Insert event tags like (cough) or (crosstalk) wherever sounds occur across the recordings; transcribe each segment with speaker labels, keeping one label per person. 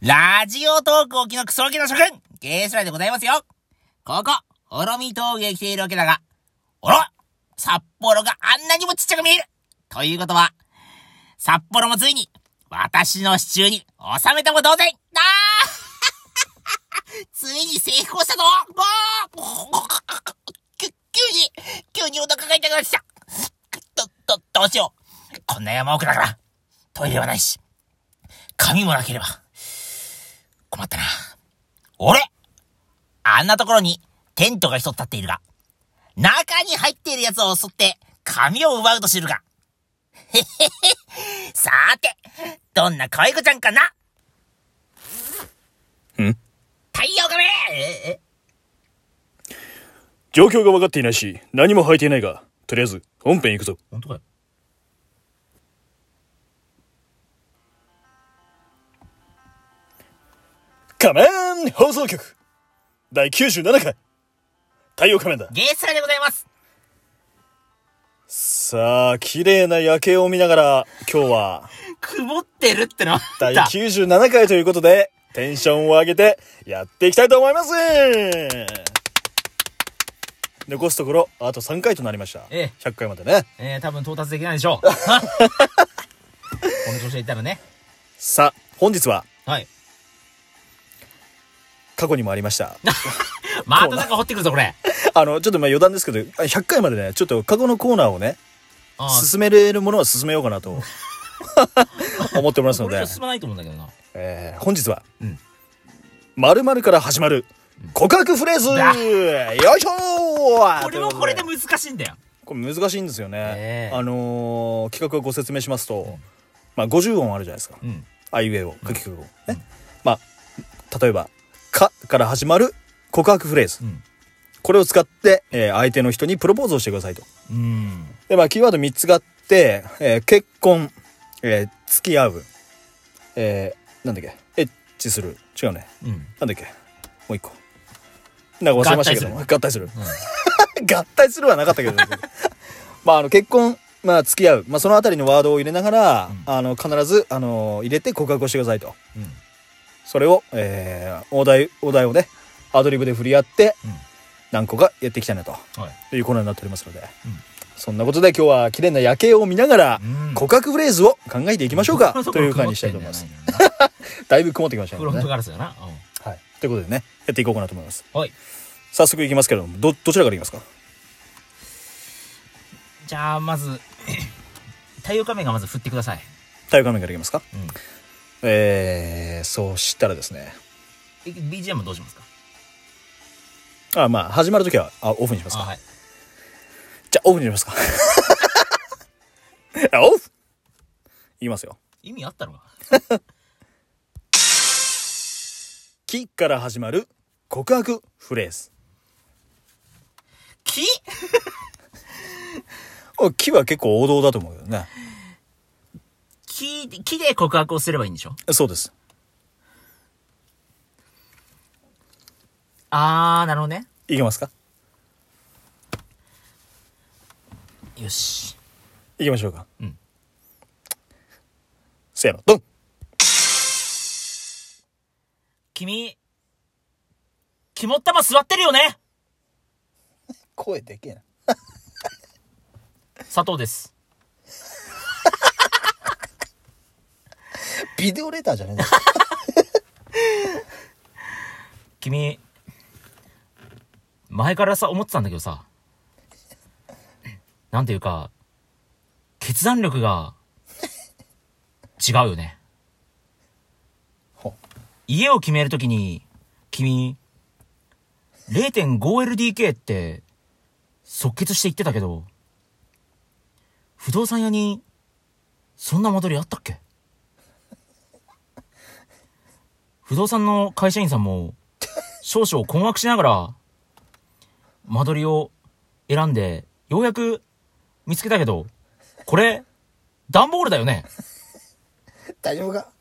Speaker 1: ラジオトークを沖のクソロケの諸君、ゲースラでございますよ。ここ、オロミ峠へ来ているわけだが、おろ札幌があんなにもちっちゃく見えるということは、札幌もついに、私の支柱に収めたも同然だー (laughs) ついに成功したぞわー急に、急にお腹が痛くなってきたど、ど、どうしよう。こんな山奥だから、トイレはないし、髪もなければ。困ったな。俺あんなところにテントが一つ立っているが、中に入っている奴を襲って髪を奪うと知るが。 (laughs) へへへ。さーて、どんな可愛い子ちゃんかなん太陽亀ええ
Speaker 2: 状況が分かっていないし、何も履いていないが、とりあえず、本編行くぞ。
Speaker 1: 本当かよ。
Speaker 2: 仮面放送局第97回太陽仮面だ
Speaker 1: ゲースラでございます。
Speaker 2: さあ、綺麗な夜景を見ながら、今日は、
Speaker 1: 曇ってるってのはあ
Speaker 2: 第
Speaker 1: った。
Speaker 2: 97回ということで、テンションを上げて、やっていきたいと思います残すところ、あと3回となりました。
Speaker 1: ええ
Speaker 2: 100回までね。
Speaker 1: えー、多分到達できないでしょう。 (laughs) この調子でいったらね。
Speaker 2: さあ、本日は、
Speaker 1: はい。
Speaker 2: 過去にもあり
Speaker 1: (laughs)
Speaker 2: ました。
Speaker 1: またなんか掘ってくるぞ、これ。
Speaker 2: あの、ちょっとまあ余談ですけど、100回までね、ちょっと過去のコーナーをね、
Speaker 1: あー
Speaker 2: 進めれるものは進めようか
Speaker 1: (laughs)
Speaker 2: なと思っておりますの
Speaker 1: これ
Speaker 2: で
Speaker 1: 以上、進まないと思うんだけどな。
Speaker 2: えー本日は
Speaker 1: うん
Speaker 2: 「まるまるから始まる告白フレーズ」
Speaker 1: だ
Speaker 2: よいしょー
Speaker 1: これも
Speaker 2: というと
Speaker 1: これで難しいんだよ。
Speaker 2: これ難しいんですよね、
Speaker 1: ええ
Speaker 2: あのー企画をご説明しますと、まあ、50音あるじゃないですか
Speaker 1: うん。
Speaker 2: 「あいうえお」書き曲をね、まあ例えば「か」から始まる告白フレーズ、
Speaker 1: うん
Speaker 2: これを使って、えー相手の人にプロポーズをしてくださいと
Speaker 1: うん。
Speaker 2: で、まあ、キーワード3つがあって、えー結婚、えー付き合う、えーなんだっけ、エッチする。違うね。
Speaker 1: うん。
Speaker 2: なんだっけ、もう一個。なんか忘れましたけども、合体する。合体する (laughs) はなかったけど、 (laughs) まあ、あの、結婚、まあ、付き合う。まあ、そのあたりのワードを入れながら、あの、必ず、あの、入れて告白をしてくださいと。
Speaker 1: うん。うん。
Speaker 2: それを、えーお題、お題をね、アドリブで振り合って、何個かやっていきたいなと。
Speaker 1: はい。
Speaker 2: というコーナーになっておりますので、
Speaker 1: うん
Speaker 2: そんなことで今日は綺麗な夜景を見ながら
Speaker 1: うん
Speaker 2: 告白フレーズを考えていきましょう
Speaker 1: (laughs)
Speaker 2: か、という感じにしたいと思います。だいぶ曇ってき (laughs) ました
Speaker 1: フ
Speaker 2: の
Speaker 1: ロ
Speaker 2: で
Speaker 1: ント
Speaker 2: ね、
Speaker 1: ガラスだな。
Speaker 2: はい、ということでねやっていこうかなと思います
Speaker 1: はい。
Speaker 2: 早速いきますけれどもどどちらからいきますか
Speaker 1: じゃあ、まず、 (coughs) 太陽仮面がまず振ってください。
Speaker 2: 太陽画面からいきますか
Speaker 1: うん。
Speaker 2: えー、そうしたらですね
Speaker 1: え BGM どうしますか
Speaker 2: あまあ始まる時はあオフにします
Speaker 1: あ
Speaker 2: か
Speaker 1: はい。
Speaker 2: じゃあオフにしますか (laughs) あオフ言いますよ
Speaker 1: 意味あったのか
Speaker 2: 「き」から始まる告白フレーズ
Speaker 1: 木
Speaker 2: お「き」は結構王道だと思うけどね
Speaker 1: 木で、木で告白をすればいいんでしょ
Speaker 2: そうです
Speaker 1: あー、なるほどね。
Speaker 2: いきますか
Speaker 1: よし。
Speaker 2: 行きましょうか。
Speaker 1: うん
Speaker 2: せーの、ドン
Speaker 1: 君、肝っ玉座ってるよね
Speaker 2: 声でけえな。
Speaker 1: 佐藤です。
Speaker 2: ビデオレターじゃねえんだ
Speaker 1: 君、前からさ、思ってたんだけどさ、なんていうか、決断力が、違うよね
Speaker 2: ほ。
Speaker 1: 家を決めるときに、君、0.5LDK って、即決して言ってたけど、不動産屋に、そんな間取りあったっけ (laughs) 不動産の会社員さんも、少々困惑しながら、間取りを選んで、ようやく見つけたけど、これ、段ボールだよね。
Speaker 2: 大丈夫か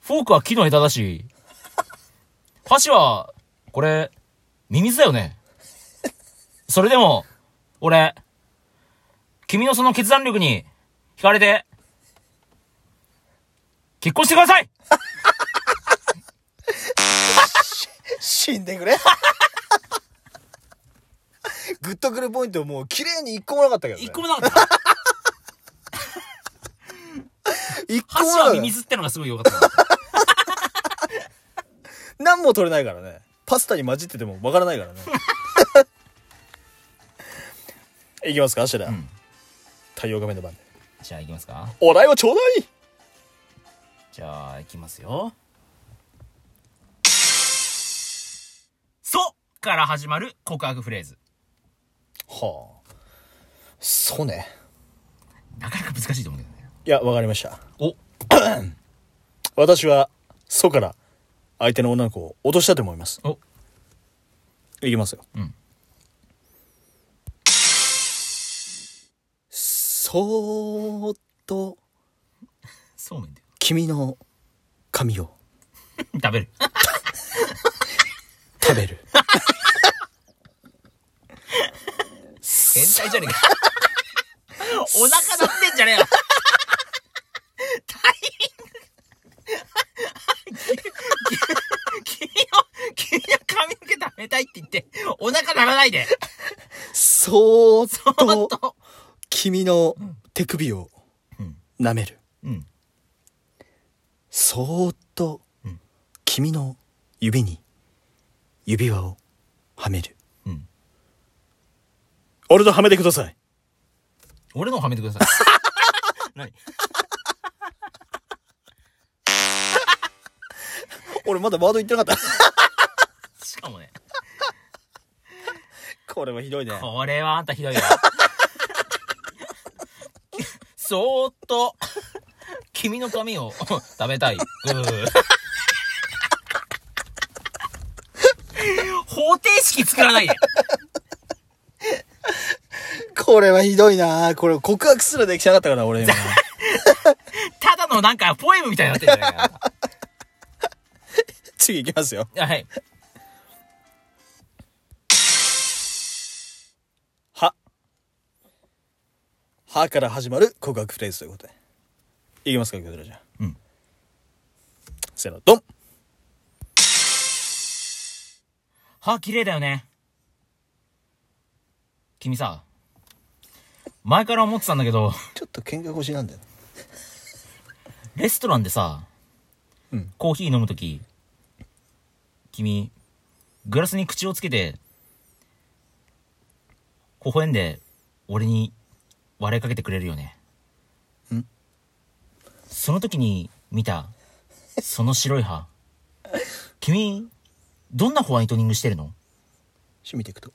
Speaker 1: フォークは木の枝だし、箸は、これ、ミミズだよね。それでも、俺、君のその決断力に、惹かれて、結婚してください
Speaker 2: 死んでくれ。グッとくるポイントもう綺麗に一個もなかったけど、ね。
Speaker 1: 一個もなかった。
Speaker 2: 一個
Speaker 1: 箸
Speaker 2: もなか
Speaker 1: は
Speaker 2: っ
Speaker 1: ミ
Speaker 2: た
Speaker 1: ミズってのがすごい良かった。
Speaker 2: 何も取れないからね。パスタに混じっててもわからな
Speaker 1: (laughs)
Speaker 2: いからね。いきますか、アシェラ。
Speaker 1: うん
Speaker 2: 太陽画面の番で。
Speaker 1: (laughs) じゃあ行きますか
Speaker 2: お題をちょうだい
Speaker 1: じゃあ行きますよ。そから始まる告白フレーズ。
Speaker 2: はあ。そうね。
Speaker 1: なかなか難しいと思うけどね。
Speaker 2: いや、わかりました。
Speaker 1: お
Speaker 2: 私は、そから、相手の女の子を落としたと思います。
Speaker 1: お
Speaker 2: いきますよ。
Speaker 1: うん
Speaker 2: そーっと、
Speaker 1: そうめんだよ。
Speaker 2: 君の髪を
Speaker 1: 食べる。
Speaker 2: 食べ (laughs) る。
Speaker 1: 変態じゃねえか。お腹鳴ってんじゃねえよ。大変。きき君の、君の髪の毛食べたいって言って、お腹鳴らないで。
Speaker 2: そーっ
Speaker 1: ほん
Speaker 2: と、
Speaker 1: と。
Speaker 2: 君の手首を
Speaker 1: うん。
Speaker 2: 舐める。
Speaker 1: うん。
Speaker 2: そーっと
Speaker 1: うん、
Speaker 2: 君の指に指輪をはめる。
Speaker 1: うん。
Speaker 2: 俺とはめてください。
Speaker 1: 俺のをはめてください。何
Speaker 2: (laughs) 俺まだワード言ってなかっ
Speaker 1: しかもね、
Speaker 2: (laughs) た。これはひどいね。
Speaker 1: これはあんたひどいよ。そーっと、君の髪を (laughs) 食べたい。うー方程式作らないで。
Speaker 2: これはひどいなこれ告白すらできなかったから、 (laughs) 俺今。
Speaker 1: ただのなんかポエムみたいになってるじゃないか。
Speaker 2: 次行きますよ。
Speaker 1: はい。
Speaker 2: は。はから始まる告白フレーズということで。いきますか、こちらじゃあ。
Speaker 1: うん。
Speaker 2: せーの、ドン
Speaker 1: 歯綺麗だよね。君さ、前から思ってたんだけど、
Speaker 2: ちょっと喧嘩腰なんだよ。
Speaker 1: レストランでさ、
Speaker 2: うん
Speaker 1: コーヒー飲むとき、君、グラスに口をつけて、微笑んで、俺に笑いかけてくれるよね。その時に見た、その白い歯。君、どんなホワイトニングしてるの
Speaker 2: 趣味ていくと。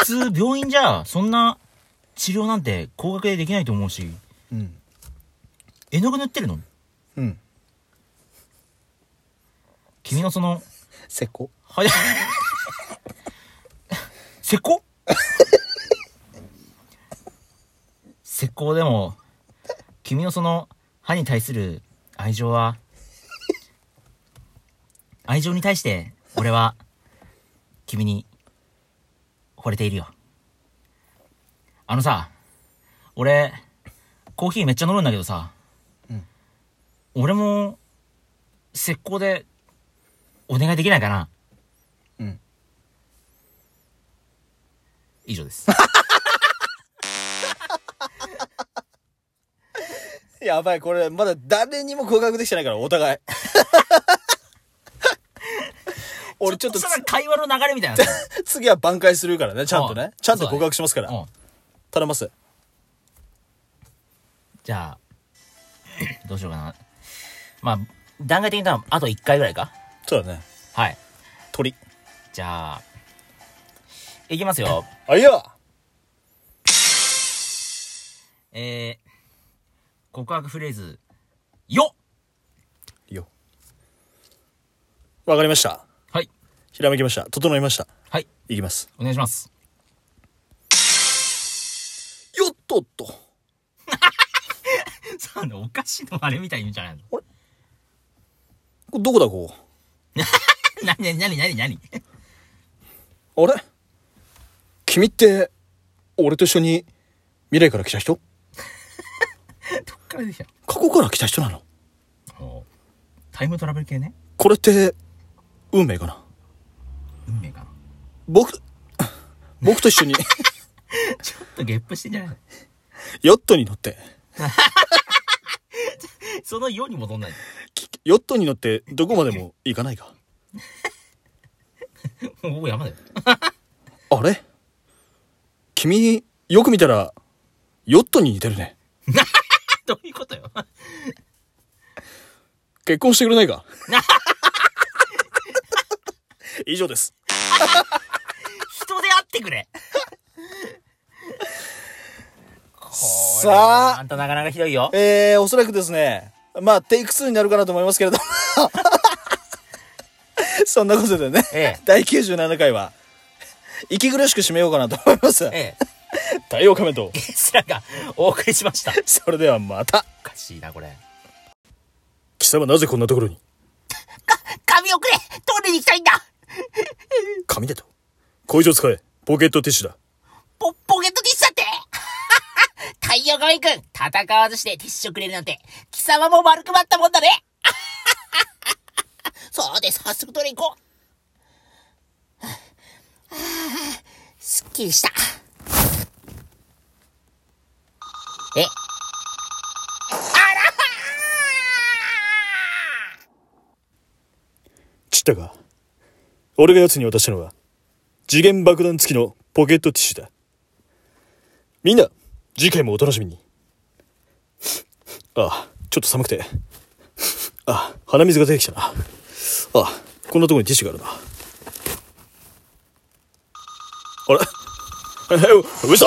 Speaker 1: 普通病院じゃ、そんな治療なんて高額でできないと思うし、
Speaker 2: うん。
Speaker 1: 絵の具塗ってるの
Speaker 2: うん。
Speaker 1: 君のその、
Speaker 2: 石膏
Speaker 1: はや。石膏石膏でも、君のその歯に対する愛情は、愛情に対して、俺は、君に、惚れているよ。あのさ、俺、コーヒーめっちゃ飲むんだけどさ、俺も、石膏で、お願いできないかな
Speaker 2: うん。
Speaker 1: 以上 (laughs) です。
Speaker 2: やばい、これまだ誰にも告白できてないから、お互い。 (laughs) 俺ちょっと
Speaker 1: それ会話の流れみたいな。 (laughs)
Speaker 2: 次は挽回するからね、ちゃんと
Speaker 1: う
Speaker 2: ね。ちゃんと告白しますから。
Speaker 1: うん
Speaker 2: 頼みます。
Speaker 1: じゃあ、 (coughs) どうしようかな。まあ、段階的に多分あと1回ぐらいか。
Speaker 2: そうだね。
Speaker 1: はい。
Speaker 2: 鳥。
Speaker 1: じゃあ、いきますよ。
Speaker 2: あ、いや
Speaker 1: (coughs) えー、告白フレーズ、よ
Speaker 2: よ。わかりました。
Speaker 1: はい。
Speaker 2: ひらめきました。整いました。
Speaker 1: はい。
Speaker 2: いきます。
Speaker 1: お願いします。
Speaker 2: よっとっと。
Speaker 1: そうね、お菓子のあれみたいに言うんじゃ (laughs) ないの
Speaker 2: これどこだ、こ
Speaker 1: なになになに (laughs) なに
Speaker 2: こ。あれ君って、俺と一緒に未来から来た人
Speaker 1: どっからできた
Speaker 2: 過去から来た人なの
Speaker 1: のタイムトラベル系ね。
Speaker 2: これって、運命かな
Speaker 1: 運命かな。
Speaker 2: 僕、僕と一緒に
Speaker 1: ちょっとゲップしてんじゃないの
Speaker 2: (laughs)
Speaker 1: (laughs)
Speaker 2: ヨットに乗って、
Speaker 1: その世に戻んない。
Speaker 2: きヨットに乗ってどこまでも行かないか。
Speaker 1: (laughs) もう山だよ。
Speaker 2: あれ君、よく見たら、ヨットに似てるね。
Speaker 1: どういうことよ。
Speaker 2: 結婚してくれないか (laughs) 以上です。
Speaker 1: 人であってくれ。
Speaker 2: さあ
Speaker 1: あんたなかなかひどいよ。
Speaker 2: えー、おそらくですね、まあ、テイク2になるかなと思いますけれども、 (laughs) そんなことでね、
Speaker 1: ええ
Speaker 2: 第97回は、息苦しく締めようかなと思います。
Speaker 1: (laughs) ええ。
Speaker 2: 太陽仮面と、
Speaker 1: ゲスラがお送りしました。
Speaker 2: それではまた、
Speaker 1: おかしいな、これ。
Speaker 2: 貴様なぜこんなところに
Speaker 1: 髪をくれ取りに行きたいんだ
Speaker 2: 紙だと。これ以上使え、ポケットティッシュだ。
Speaker 1: ポ、ポケットティッシュだって (laughs) 太陽神くん、戦わずしてティッシュをくれるなんて、貴様も丸くまったもんだね (laughs) そうです、早速取りに行こう。すっきりした。え
Speaker 2: 知ったか俺が奴に渡したのは、次元爆弾付きのポケットティッシュだ。みんな、次回もお楽しみに。ああ、ちょっと寒くて。ああ、鼻水が出てきたな。ああ、こんなところにティッシュがあるな。あれ嘘